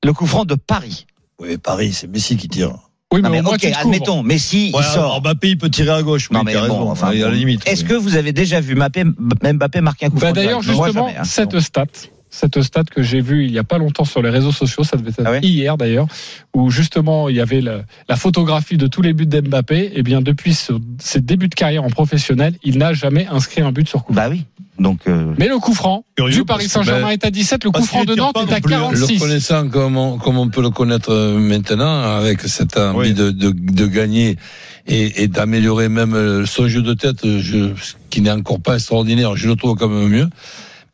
Le coup franc de Paris. Oui, mais Paris, c'est Messi qui tire. Oui, Non, mais au moins, ok, tu te hein. couvres. admettons, Messi, Ouais, il sort. bah, alors Ah, Mbappé, il peut tirer à gauche. Non, oui, mais t'as bon, raison, enfin, il y a bon. la limite. Est-ce que vous avez déjà vu Mbappé, Mbappé marquer un coup Bah, franc D'ailleurs, direct Moi, justement, jamais, hein. cette stat. Cette stat que j'ai vue il y a pas longtemps sur les réseaux sociaux, ça devait être Ah ouais hier d'ailleurs, où justement il y avait la, la photographie de tous les buts d'Mbappé. Et bien depuis ce- ses débuts de carrière en professionnel, il n'a jamais inscrit un but sur coup. Bah oui. Donc, euh, Mais le coup franc Curieux, du parce Paris que, Saint-Germain bah, est à 17, le coup parce franc qu'il de tire Nantes pas est non à plus, hein. le 46. connaissant comme on, comme on peut le connaître euh, maintenant, avec cette envie Oui. de, de, de gagner et, et d'améliorer même euh, son jeu de tête, je, ce qui n'est encore pas extraordinaire, je le trouve quand même mieux.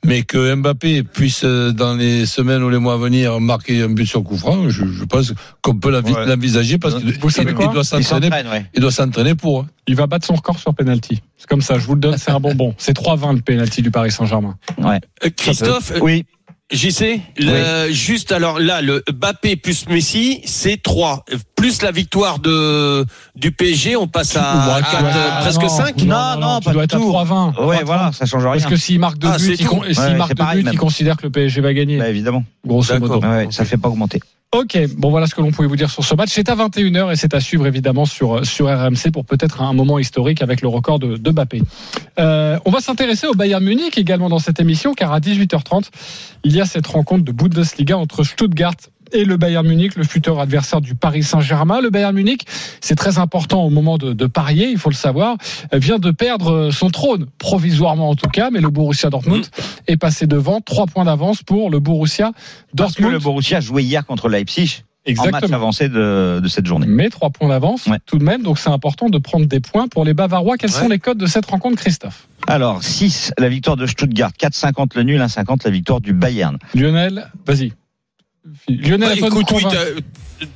Mais que Mbappé puisse, euh, dans les semaines ou les mois à venir, marquer un but sur coup franc, je, je pense qu'on peut l'envi- Ouais. l'envisager parce qu'il hein. Vous savez il- quoi il doit il s'entraîner. s'entraîne, ouais. Il doit s'entraîner pour. hein. Il va battre son record sur penalty. C'est comme ça, je vous le donne, c'est [LAUGHS] un bonbon. C'est 3-20 le penalty du Paris Saint-Germain. Euh, Christophe, Oui. JC, le- juste alors là, le Bappé plus Messi, c'est 3. Plus la victoire de, du PSG, on passe à, Ah, 4, non, presque non, 5. non, euh, Non, non, tu pas dois du être à tout. 3-20. Ouais, 3-30. voilà, ça change Parce rien. que s'il marque deux Ah, buts, c'est il, con- tout. s'il Ouais, marque c'est deux pareil, buts, même. il considère que le PSG va gagner, Bah, évidemment. grosso D'accord. modo. Ouais, ouais, Ça fait pas augmenter. Ok, bon voilà ce que l'on pouvait vous dire sur ce match. C'est à 21h et c'est à suivre évidemment sur, euh, sur RMC pour peut-être un moment historique avec le record de, de Mbappé. Euh, on va s'intéresser au Bayern Munich également dans cette émission car à 18h30, il y a cette rencontre de Bundesliga entre Stuttgart et le Bayern Munich, le futur adversaire du Paris Saint-Germain. Le Bayern Munich, c'est très important au moment de, de parier, il faut le savoir, euh, vient de perdre euh, son trône, provisoirement en tout cas, mais le Borussia Dortmund Mm. est passé devant, trois points d'avance pour le Borussia Parce que Dortmund. le Borussia jouait hier contre Leipzig en match avancé de, de cette journée. mais trois points d'avance Ouais. tout de même. Donc c'est important de prendre des points pour les Bavarois. Quels sont les codes de cette rencontre, Christophe Alors, 6, la victoire de Stuttgart, 4,50 le nul, 1,50 la victoire du Bayern. Lionel, vas-y. Lionel, Bah, à toi de écoute, nous oui, convaincre.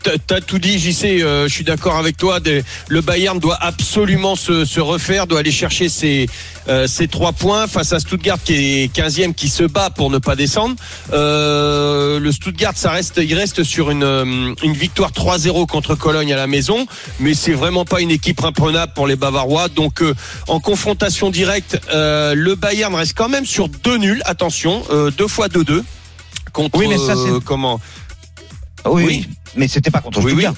t'as- t'as- t'as tout dit, JC. euh, je suis d'accord avec toi. des- le Bayern doit absolument se, se refaire, doit aller chercher ses, euh, ses trois points face à Stuttgart qui est 15e, qui se bat pour ne pas descendre. Euh, le Stuttgart, ça reste, il reste sur une, euh, une victoire 3-0 contre Cologne à la maison, mais c'est vraiment pas une équipe imprenable pour les Bavarois. Donc, euh, en confrontation directe, euh, le Bayern reste quand même sur deux nuls. Attention, euh, deux fois 2-2 contre Oui, mais ça, c'est- euh, comment Oui, Oui. oui. mais c'était pas contre Oui, Stuttgart.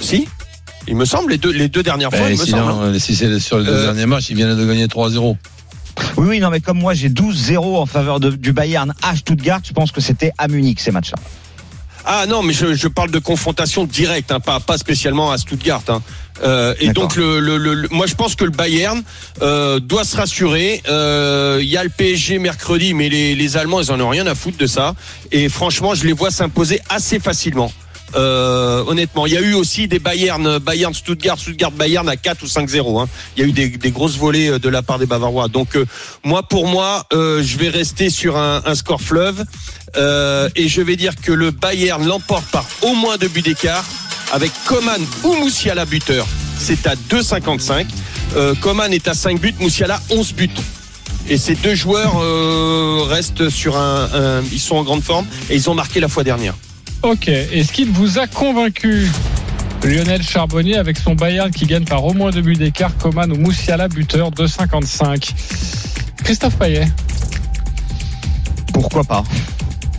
Si Il me semble, les deux, les deux dernières fois, Ben, il me semble. hein. sinon, euh, si c'est sur les deux Euh, derniers matchs, il vient de gagner 3-0. Oui, oui, non, mais comme moi, j'ai 12-0 en faveur de- du Bayern à Stuttgart, je pense que c'était à Munich ces matchs-là. Ah non, mais je, je parle de confrontation directe, hein, pas, pas spécialement à Stuttgart. hein. Euh, et D'accord. donc, le, le- le- le- moi, je pense que le Bayern euh, doit se rassurer. Euh, Il y a le PSG mercredi, mais les, les Allemands, ils en ont rien à foutre de ça. Et franchement, je les vois s'imposer assez facilement. Euh, honnêtement, il y a eu aussi des Bayern, Bayern Stuttgart, Stuttgart Bayern à 4 ou 5-0. hein. Il y a eu des, des grosses volées euh, de la part des Bavarois. Donc euh, moi, pour moi, euh, je vais rester sur un, un score fleuve Euh, et je vais dire que le Bayern l'emporte par au moins deux buts d'écart avec Coman ou Moussiala buteur. C'est à 2,55. Euh, Coman est à 5 buts, Moussiala 11 buts. Et ces deux joueurs euh, restent sur un, un- ils sont en grande forme et ils ont marqué la fois dernière. Ok, est-ce qu'il vous a convaincu Lionel Charbonnier avec son Bayern qui gagne par au moins deux buts d'écart, Coman ou Moussiala, buteur 2,55. Christophe Payet Pourquoi pas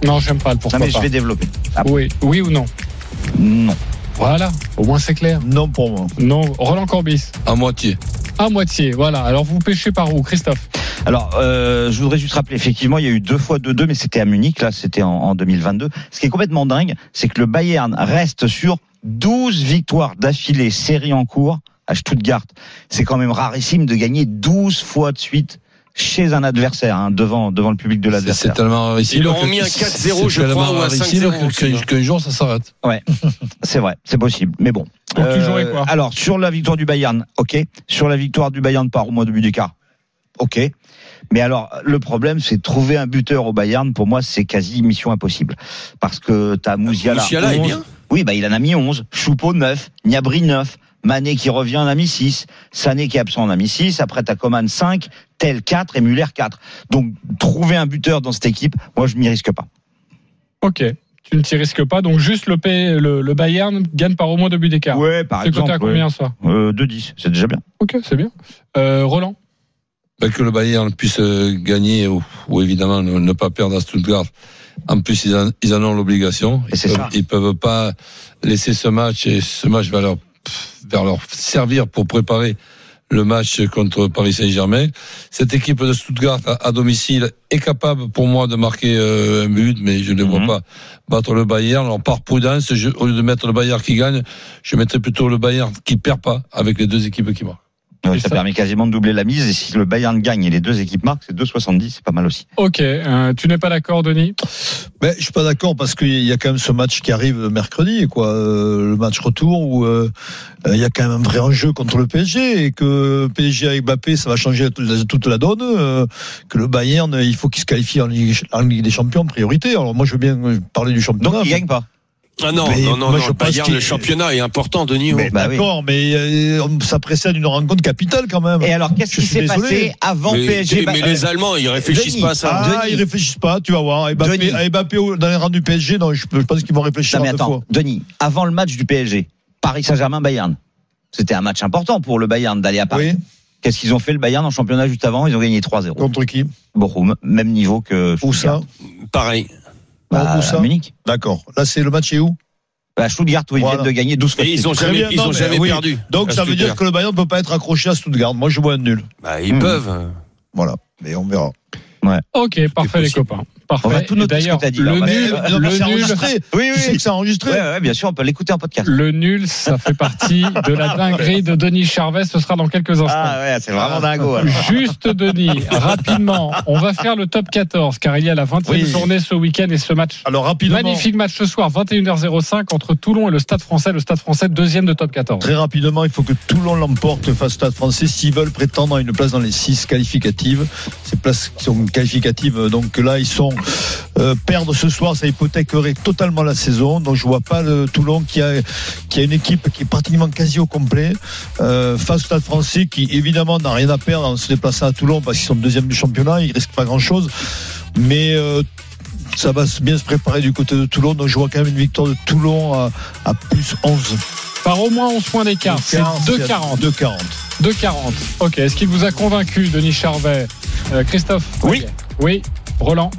Non, j'aime pas le pourquoi Non, mais pas. je vais développer. Ah, Oui, oui ou non Non. Voilà, au moins c'est clair. Non pour moi. Non, Roland Corbis, À moitié. à moitié, voilà. Alors vous pêchez par où, Christophe Alors, euh, je voudrais juste rappeler, effectivement, il y a eu deux fois 2-2, mais c'était à Munich, là, c'était en, en 2022. Ce qui est complètement dingue, c'est que le Bayern reste sur 12 victoires d'affilée, série en cours, à Stuttgart. C'est quand même rarissime de gagner 12 fois de suite chez un adversaire, hein, devant, devant le public de C'est- C'est l'adversaire. tellement rarissime. Ils leur ont que- mis un c'est 4-0, je tellement crois, ou un rarissime 5-0 que- que- aussi. Qu'un jour, ça s'arrête. [LAUGHS] C'est vrai, c'est possible, mais bon. Euh, Donc, tu jouerais quoi Alors, sur la victoire du Bayern, ok. Sur la victoire du Bayern par au moins de but d'écart, ok. Mais alors, le problème, c'est trouver un buteur au Bayern, pour moi, c'est quasi mission impossible. Parce que t'as Mouziala. Moussiala Ah, est 11. bien. Oui, bah, il en a mis 11. Choupeau 9. Niabri 9. Mané qui revient en a mis 6. Sané qui est absent en a mis 6. Après, t'as Coman 5. Tel 4 et Muller 4. Donc, trouver un buteur dans cette équipe, moi, je m'y risque pas. Ok, tu ne t'y risques pas. Donc juste le, P- le, le Bayern gagne par au moins deux buts d'écart. Ouais, par C'est coté à exemple. combien ça euh, 2-10, c'est déjà bien. Ok, c'est bien. Euh, Roland Bah, que le Bayern puisse euh, gagner ou, ou évidemment ne, ne pas perdre à Stuttgart. En plus, ils en, ils en ont l'obligation. Et Ils, c'est Euh, peuvent- ça. ils peuvent pas laisser ce match et ce match va leur, pff, va leur servir pour préparer le match contre Paris Saint-Germain. Cette équipe de Stuttgart à, à domicile est capable pour moi de marquer euh, un but, mais je ne Mhm. vois pas battre le Bayern. Alors par prudence, je- au lieu de mettre le Bayern qui gagne, je mettrais plutôt le Bayern qui perd pas avec les deux équipes qui marquent. Ouais, Et ça, ça- permet quasiment de doubler la mise. Et si le Bayern gagne et les deux équipes marquent, c'est 2,70, c'est pas mal aussi. Ok, euh, tu n'es pas d'accord, Denis Ben, je suis pas d'accord parce qu'il y a quand même ce match qui arrive mercredi, quoi. Euh, le match retour où euh, il y a quand même un vrai enjeu contre le PSG et que PSG avec Mbappé, ça va changer toute, toute la donne. euh, que le Bayern, il faut qu'il se qualifie en Ligue, en Ligue des Champions en priorité. Alors moi, je veux bien euh, parler du championnat. Donc il gagne pas. Ah non, Mais non, non, moi, non, je le pense Bayern, qu'il- le championnat est important, Denis. Mais- hein. Bah oui. d'accord, mais euh, on- ça précède une rencontre capitale quand même. Et euh, alors, qu'est-ce Je qui suis s'est désolé. passé avant Mais, PSG mais les Allemands, ils réfléchissent Denis, pas à ça. Ah, Denis. ils réfléchissent pas, tu vas voir. À Mbappé, Denis. à Mbappé au- dans les rangs du PSG, non, je, je pense qu'ils vont réfléchir Non, mais à deux fois. attends, Denis, avant le match du PSG, Paris Saint-Germain-Bayern, c'était un match important pour le Bayern d'aller à Paris. Oui, Qu'est-ce qu'ils ont fait le Bayern en championnat juste avant Ils ont gagné 3-0. contre qui Bochum, même niveau que Où Stuttgart. ça Pareil. Bah, Où ça Munich. D'accord. Là, c'est le match est où Bah, Stuttgart où ils Voilà. viennent de gagner 12 fois. Et ils ont Très jamais, bien, ils non, ont mais jamais oui. perdu. à Donc ça veut Stuttgart. dire que le Bayern ne peut pas être accroché à Stuttgart. Moi, je vois un nul. Bah, ils Hmm. peuvent. Voilà. Mais on verra. Ok, parfait les possible. copains. Parfait. On va tout Et noter ce D'ailleurs, que t'as dit, là, le on va- nul, Non, hein, mais c'est le nul, enregistré. Oui, Tu sais que c'est enregistré. Ouais, ouais, bien sûr, on peut l'écouter en podcast. le nul, ça fait partie de la dinguerie de Denis Charvet. Ce sera dans quelques instants. Ah ouais, c'est vraiment dingo. alors. Juste Denis, rapidement, on va faire le top 14 car il y a la 20e Oui. journée ce week-end et ce match. Alors rapidement. Magnifique match ce soir, 21h05 entre Toulon et le Stade français. Le Stade français, deuxième de top 14. Très rapidement, il faut que Toulon l'emporte face au Stade français s'ils veulent prétendre à une place dans les six qualificatives. Ces places qui sont qualificatives, euh, donc là, ils sont euh, perdre ce soir, ça hypothéquerait totalement la saison. Donc je vois pas le Toulon qui a, qui a une équipe qui est pratiquement quasi au complet euh, face au Stade français qui évidemment n'a rien à perdre en se déplaçant à Toulon parce qu'ils sont deuxième du championnat, ils risquent pas grand-chose. Mais euh, ça va bien se préparer du côté de Toulon. Donc je vois quand même une victoire de Toulon à, à plus 11. Par au moins 11 points d'écart, c'est 2,40. 2,40. 2,40. Ok, est-ce qu'il vous a convaincu, Denis Charvet Euh, Christophe Oui. Oui. Roland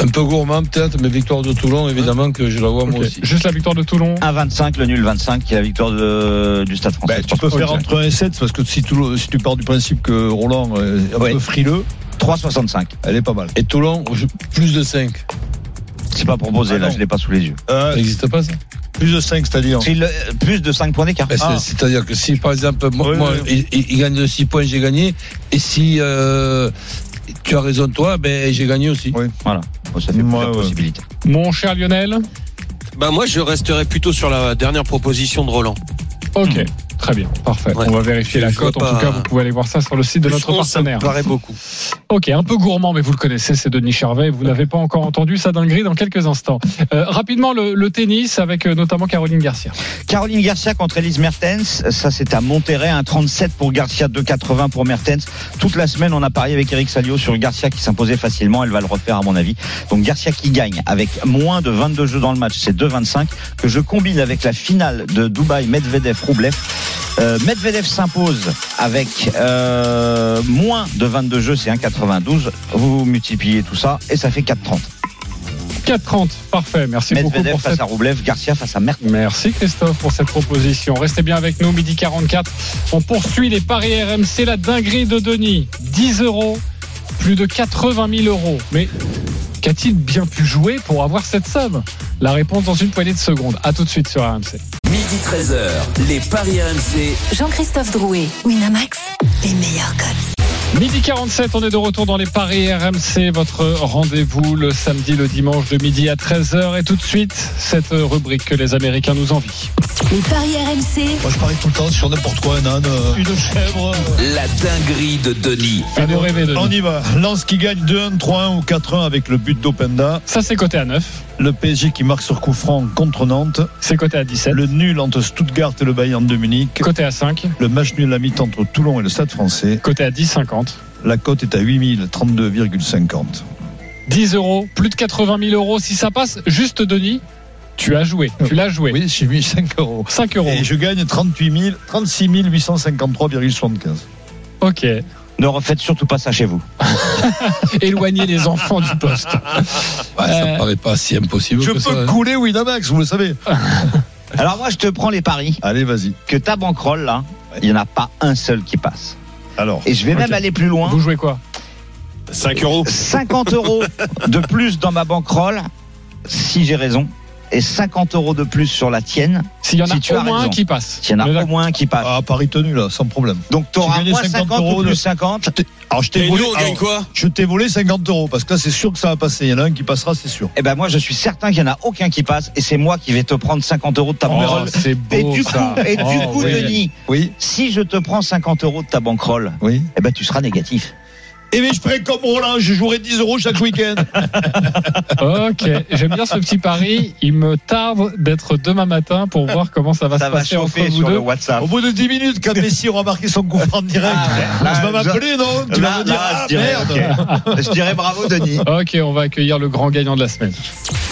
Un peu gourmand peut-être, mais victoire de Toulon, évidemment que je la vois moi Ok. aussi. Juste la victoire de Toulon 1,25, le nul 25, qui est la victoire de- du Stade français. Ben, tu peux faire entre 1 et 7 parce que si, Toulon- si tu pars du principe que Roland est un Ouais. peu frileux, 3,65. elle est pas mal. Et Toulon, je- plus de 5. C'est pas proposé, Ah là, non. je l'ai pas sous les yeux. Euh, Ça n'existe pas ça plus de 5, c'est-à-dire. C'est le- plus de 5 points d'écart. Ben, c'est- Ah. C'est-à-dire que si par exemple, moi, Oui, moi, oui. Il, il- il gagne de 6 points, j'ai gagné. Et si euh, tu as raison toi, ben, j'ai gagné aussi. Oui. Voilà. Bon, ça fait Ouais, plusieurs ouais. possibilités. Mon cher Lionel Bah, moi, je resterai plutôt sur la dernière proposition de Roland. Ok, très bien, parfait. Hmm. Ouais. On va vérifier Je la vois cote. En tout pas- cas, vous pouvez aller voir ça sur le site de Plus notre 11, ça me partenaire. paraît beaucoup. Ok, un peu gourmand, mais vous le connaissez, c'est Denis Charvet. Vous n'avez pas encore entendu sa dinguerie dans quelques instants. Euh, rapidement, le, le tennis avec euh, notamment Caroline Garcia. Caroline Garcia contre Elise Mertens, ça c'est à Monterrey, un 37 pour Garcia, 2,80 pour Mertens. Toute la semaine, on a parié avec Eric Salio sur Garcia qui s'imposait facilement, elle va le refaire à mon avis. Donc Garcia qui gagne avec moins de 22 jeux dans le match, c'est 2,25 que je combine avec la finale de Dubaï Medvedev-Roublev. Euh, Medvedev s'impose avec euh, moins de 22 jeux, c'est 1,92. Vous multipliez tout ça et ça fait 4,30. 4,30, parfait. Merci beaucoup Medvedev pour face cette. à Roublev, Garcia face à Mertens. Merci Christophe pour cette proposition. Restez bien avec nous, midi 44. On poursuit les paris RMC, la dinguerie de Denis. 10 euros, plus de 80 000 euros. Mais qu'a-t-il bien pu jouer pour avoir cette somme La réponse dans une poignée de secondes. À tout de suite sur RMC. Midi 13h, les Paris RMC. Jean-Christophe Drouet, Winamax, les meilleurs codes. Midi 47, on est de retour dans les Paris RMC, votre rendez-vous le samedi, le dimanche de midi à 13h. Et tout de suite, cette rubrique que les Américains nous envient. Les paris RMC, Moi, je parie tout le temps sur n'importe quoi, un âne, euh, une chèvre. euh. La dinguerie de Denis. Fais-nous rêver, Denis. On y va. Lance qui gagne 2-1, 3-1 ou 4-1 avec le but d'Openda. Ça, c'est côté à 9, Le PSG qui marque sur coup franc contre Nantes. c'est côté à 17, Le nul entre Stuttgart et le Bayern de Munich. côté à 5, Le match nul à la mi-temps entre Toulon et le Stade français. côté à 10, 50. La cote est à 8032,50. 10 euros, plus de 80 000 euros si ça passe. Juste, Denis, Tu as joué, tu l'as joué. Oui, j'ai mis 5 euros. 5 euros. Et je gagne 38 000, 36 853,75. Ok. Ne refaites surtout pas ça chez vous. Éloigner les enfants du [LAUGHS] poste. Hein Bah, Euh, ça me paraît pas si impossible Je que ça. peux hein. couler Winamax, vous le savez. Alors moi, je te prends les paris Allez, vas-y. que ta banquerolle là, il n'y en a pas un seul qui passe. Alors, Et je vais même aller plus loin. Vous jouez quoi 5 euros. 50 euros de plus dans ma banquerolle si j'ai raison et 50 euros de plus sur la tienne S'il y en a Si tu au as moins raison. un qui passe. s'il y en Mais a là, ah, au moins un qui passe à Ah, Paris tenu, là, sans problème. donc t'auras gagné moins 50 50 ou euros de- plus 50 Alors, je t'ai Et volé, nous, on gagne alors, quoi je t'ai volé 50 euros, parce que là, c'est sûr que ça va passer. Il y en a un qui passera, c'est sûr. et ben moi je suis certain qu'il n'y en a aucun qui passe et c'est moi qui vais te prendre 50 euros de ta Oh, banquerolle c'est beau et du coup, ça. et du Oh, coup oui. Denis Oui, si je te prends 50 euros de ta banquerolle oui. eh ben tu seras négatif Et mais Eh je prends comme Roland, je jouerai 10 euros chaque week-end. Ok, j'aime bien ce petit pari. Il me tarde d'être demain matin pour voir comment ça va ça se va passer entre chauffer vous sur deux. le WhatsApp Au bout de 10 minutes, quand Messi aura marqué son coup franc direct, Ah, je là, vais m'appeler, non Tu vas Là, me dire, là, ah, je dirais, merde ok. je dirais bravo Denis Ok, on va accueillir le grand gagnant de la semaine.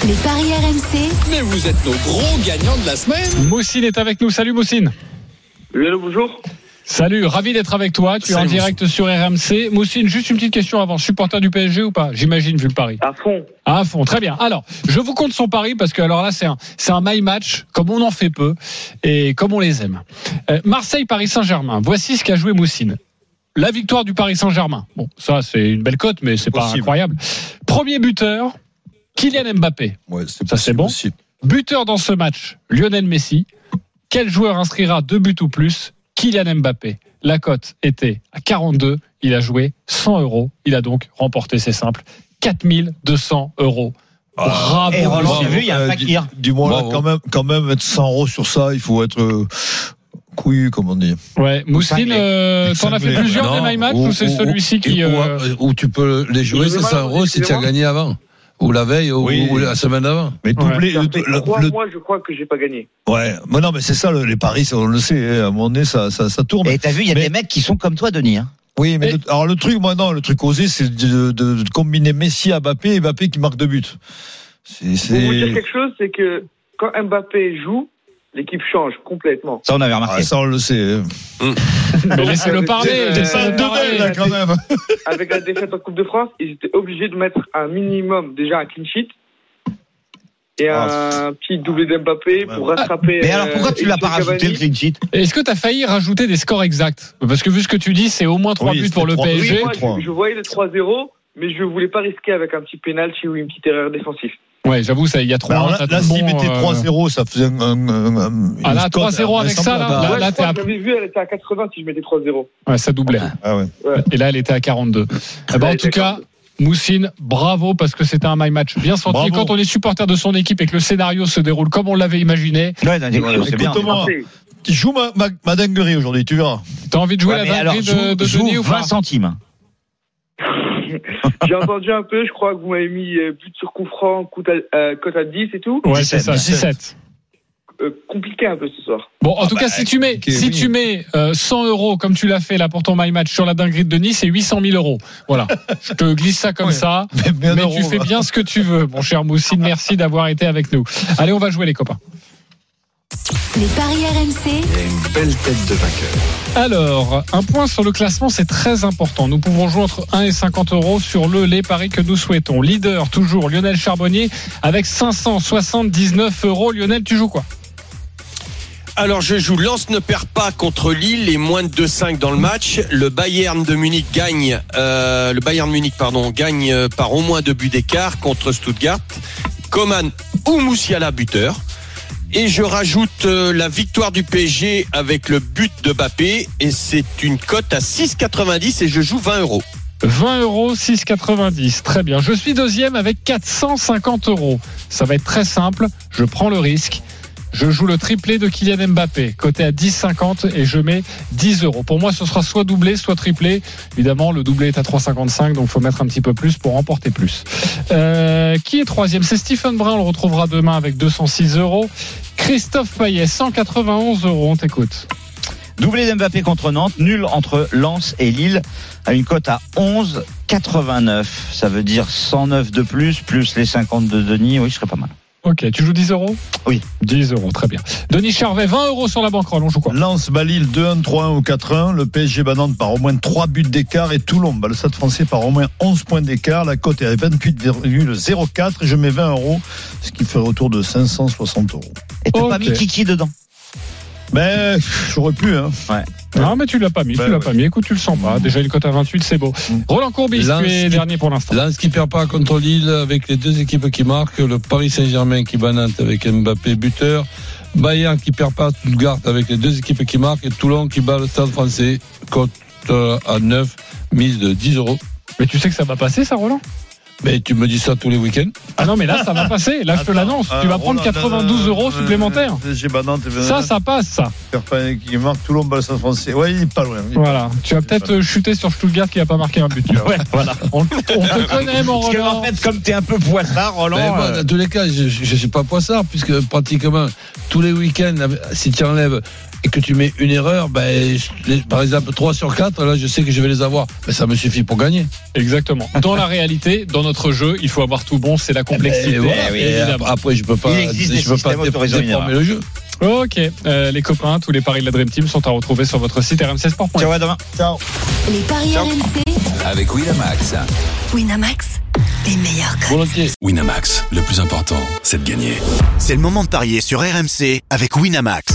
Les paris RMC, Mais vous êtes nos gros gagnants de la semaine. Moussine est avec nous. Salut Moussine. bonjour. Salut, ravi d'être avec toi. Tu es en Salut, direct sur RMC. Moussine, juste une petite question avant. Supporter du PSG ou pas J'imagine, vu le pari. À fond. À fond, très bien. Alors, je vous compte son pari parce que alors là, c'est un, c'est un my match, comme on en fait peu et comme on les aime. Euh, Marseille-Paris Saint-Germain. Voici ce qu'a joué Moussine. La victoire du Paris Saint-Germain. Bon, ça, c'est une belle cote, mais c'est pas Possible. incroyable. Premier buteur, Kylian Mbappé. Ouais, c'est Ça, c'est possible bon aussi. Buteur dans ce match, Lionel Messi. Quel joueur inscrira deux buts ou plus Kylian Mbappé. La cote était à 42. Il a joué 100 euros. Il a donc remporté, c'est simple, 4200 euros. Oh. Bravo. et Ah. Roland j'ai bravo. vu il y a un Euh, fakir Dis-moi, là, Bravo. quand même, quand même, être 100 euros sur ça, il faut être euh, couillu, comme on dit. Ouais, Moussine, cinglé. euh, t'en as fait Cinglé. plusieurs Non, des My Match ou- ou c'est ou- celui-ci qui. ou- euh, Ou tu peux les jouer, c'est 100 euros si tu as gagné avant. Ou la veille, ou, Oui. ou la semaine d'avant. Mais doubler. le- le- le- mois, je crois que j'ai pas gagné. ouais, mais non, mais c'est ça, le- les paris, ça, on le sait, hein, à un moment donné, ça, ça, ça tourne. [LAUGHS] et t'as vu il y a Mais- des mecs qui sont comme toi Denis hein. Oui, mais Et- le- alors le truc, moi, non, le truc osé, c'est de, de- de combiner Messi à Mbappé et Mbappé qui marque deux buts. C'est. Pour vous dire c'est- quelque chose, c'est que quand Mbappé joue, l'équipe change complètement. ça on avait remarqué Ah, ça, on le sait. Mais laissez-le Euh, parler. euh, laissez-le euh, parler. Devel, là, quand même. Avec la défaite en Coupe de France, ils étaient obligés de mettre un minimum, déjà un clean sheet, et Ah. un petit doublé d'Mbappé pour rattraper. mais alors pourquoi euh, tu l'as pas Edson rajouté le Cavani. clean sheet Est-ce que t'as failli rajouter des scores exacts Parce que vu ce que tu dis, c'est au moins 3 Oui, buts c'était pour le trois buts. PSG. Oui, Moi, je, je voyais le 3-0, mais je voulais pas risquer avec un petit pénalty ou une petite erreur défensive. Ouais, j'avoue, ça, euh, il y a 3 Bah, alors, là, là, s'il mettait 3-0, ça faisait un. un, un- un- Ah, là, une score, 3-0 un avec ça, là, semblant. là. Ouais, je t'es crois à- que Bah, j'avais vu, elle était à 80 si je mettais 3-0. Ouais, ça doublait. Ah ouais. Et là, elle était à 42. Eh ben, en Elle tout était cas, Moussine, bravo parce que c'était un my match bien senti. Bravo. Et Quand on est supporter de son équipe et que le scénario se déroule comme on l'avait imaginé, ouais non, c'est bien Écoute-moi. Parfait. Tu joues ma, ma, ma dinguerie aujourd'hui, tu verras. [LAUGHS] t'as envie de jouer Ouais, mais la alors, dinguerie de, joue- de joue Denis ou 20 pas centimes. J'ai entendu un peu, je crois que vous m'avez mis euh, but sur coup franc, coûte à- euh, cote à 10 et tout. Ouais, c'est ça, 17. 17. Euh, compliqué un peu ce soir. Bon, en tout bah, cas, si tu mets, ok, si oui. tu mets euh, 100 euros comme tu l'as fait là pour ton my match sur la dinguerie de Denis, c'est 800 000 euros. Voilà, je te glisse ça comme Ouais. ça. Mais, mais un Mais euro, tu fais là. bien ce que tu veux, mon cher Moussine. Merci d'avoir été avec nous. Allez, on va jouer les copains. les paris RMC, Alors, un point sur le classement, c'est très important. Nous pouvons jouer entre 1 et 50 euros sur le les paris que nous souhaitons. Leader toujours Lionel Charbonnier avec 579 euros. Lionel, tu joues quoi Alors je joue Lens ne perd pas contre Lille et moins de 2-5 dans le match. Le Bayern de Munich gagne euh, le Bayern de Munich pardon gagne euh, par au moins deux buts d'écart contre Stuttgart. Coman ou Moussiala buteur. Et je rajoute euh, la victoire du PSG avec le but de Mbappé et c'est une cote à 6,90 et je joue 20 euros. 20 euros, 6,90. Très bien. Je suis deuxième avec 450 euros. Ça va être très simple. Je prends le risque. Je joue le triplé de Kylian Mbappé, côté à 10,50 et je mets 10 euros. Pour moi, ce sera soit doublé, soit triplé. Évidemment, le doublé est à 3,55, donc faut mettre un petit peu plus pour remporter plus. Euh, qui est troisième C'est Stephen Brun, on le retrouvera demain avec 206 euros. Christophe Payet, 191 euros, on t'écoute. Doublé d'Mbappé contre Nantes, nul entre Lens et Lille, à une cote à 11,89. Ça veut dire 109 de plus, plus les 50 de Denis. Oui, je serais pas mal. Ok, tu joues 10 euros Oui. 10 euros, très bien. Denis Charvet, 20 euros sur la banquerolle, on joue quoi Lance Balil 2-1, 3-1 ou 4-1. Le PSG bat Nantes par au moins 3 buts d'écart et Toulon bat le Stade français par au moins 11 points d'écart. La cote est à 28,04 et je mets 20 euros, ce qui fait autour de 560 euros. Et t'as pas Ok. mis Kiki dedans. Mais pff, j'aurais pu, hein. Non, Ah, mais tu l'as pas mis, Ben tu l'as ouais. pas mis. Écoute, tu le sens pas. Déjà une cote à 28, c'est beau. Roland Courbis, Lance tu es qui- dernier pour l'instant. Lens qui perd pas contre Lille avec les deux équipes qui marquent, le Paris Saint-Germain qui bat Nantes avec Mbappé buteur, Bayern qui perd pas à Stuttgart avec les deux équipes qui marquent et Toulon qui bat le Stade français, cote euh, à 9, mise de 10 euros. Mais tu sais que ça va passer, ça, Roland Mais tu me dis ça tous les week-ends. Ah non, mais là, ça va passer. Là, je te Attends, l'annonce. Tu euh, vas prendre Roland, 92 euh, euros euh, supplémentaires. PSG bat Nantes et Ça, ça passe, ça. Perpignan qui marque Toulon bat le Stade français. Ouais, il est pas loin. Il est pas Voilà. Tu vas peut-être euh, chuter sur Stuttgart qui a pas marqué un but. tu vois. voilà. [LAUGHS] On, on te connaît, mon Parce que, en Roland. fait, comme t'es un peu poissard, Roland. Ben, moi, euh, dans tous les cas, je ne suis pas poissard, puisque pratiquement tous les week-ends, si tu enlèves et que tu mets une erreur, ben, je- les- par exemple 3 sur 4, là je sais que je vais les avoir. Mais ça me suffit pour gagner. Exactement. Dans la réalité, dans notre jeu, il faut avoir tout bon, c'est la complexité. Et voilà, oui, et évidemment. après, je peux pas, Il existe des je peux pas systèmes autorisés, déformer le jeu. Ok, Euh, les copains, tous les paris de la Dream Team sont à retrouver sur votre site rmcsport.fr. Ciao, à demain. Les paris RMC, Avec Winamax. Winamax, les meilleurs codes. Volontiers. Winamax, le plus important, c'est de gagner. C'est le moment de parier sur RMC avec Winamax.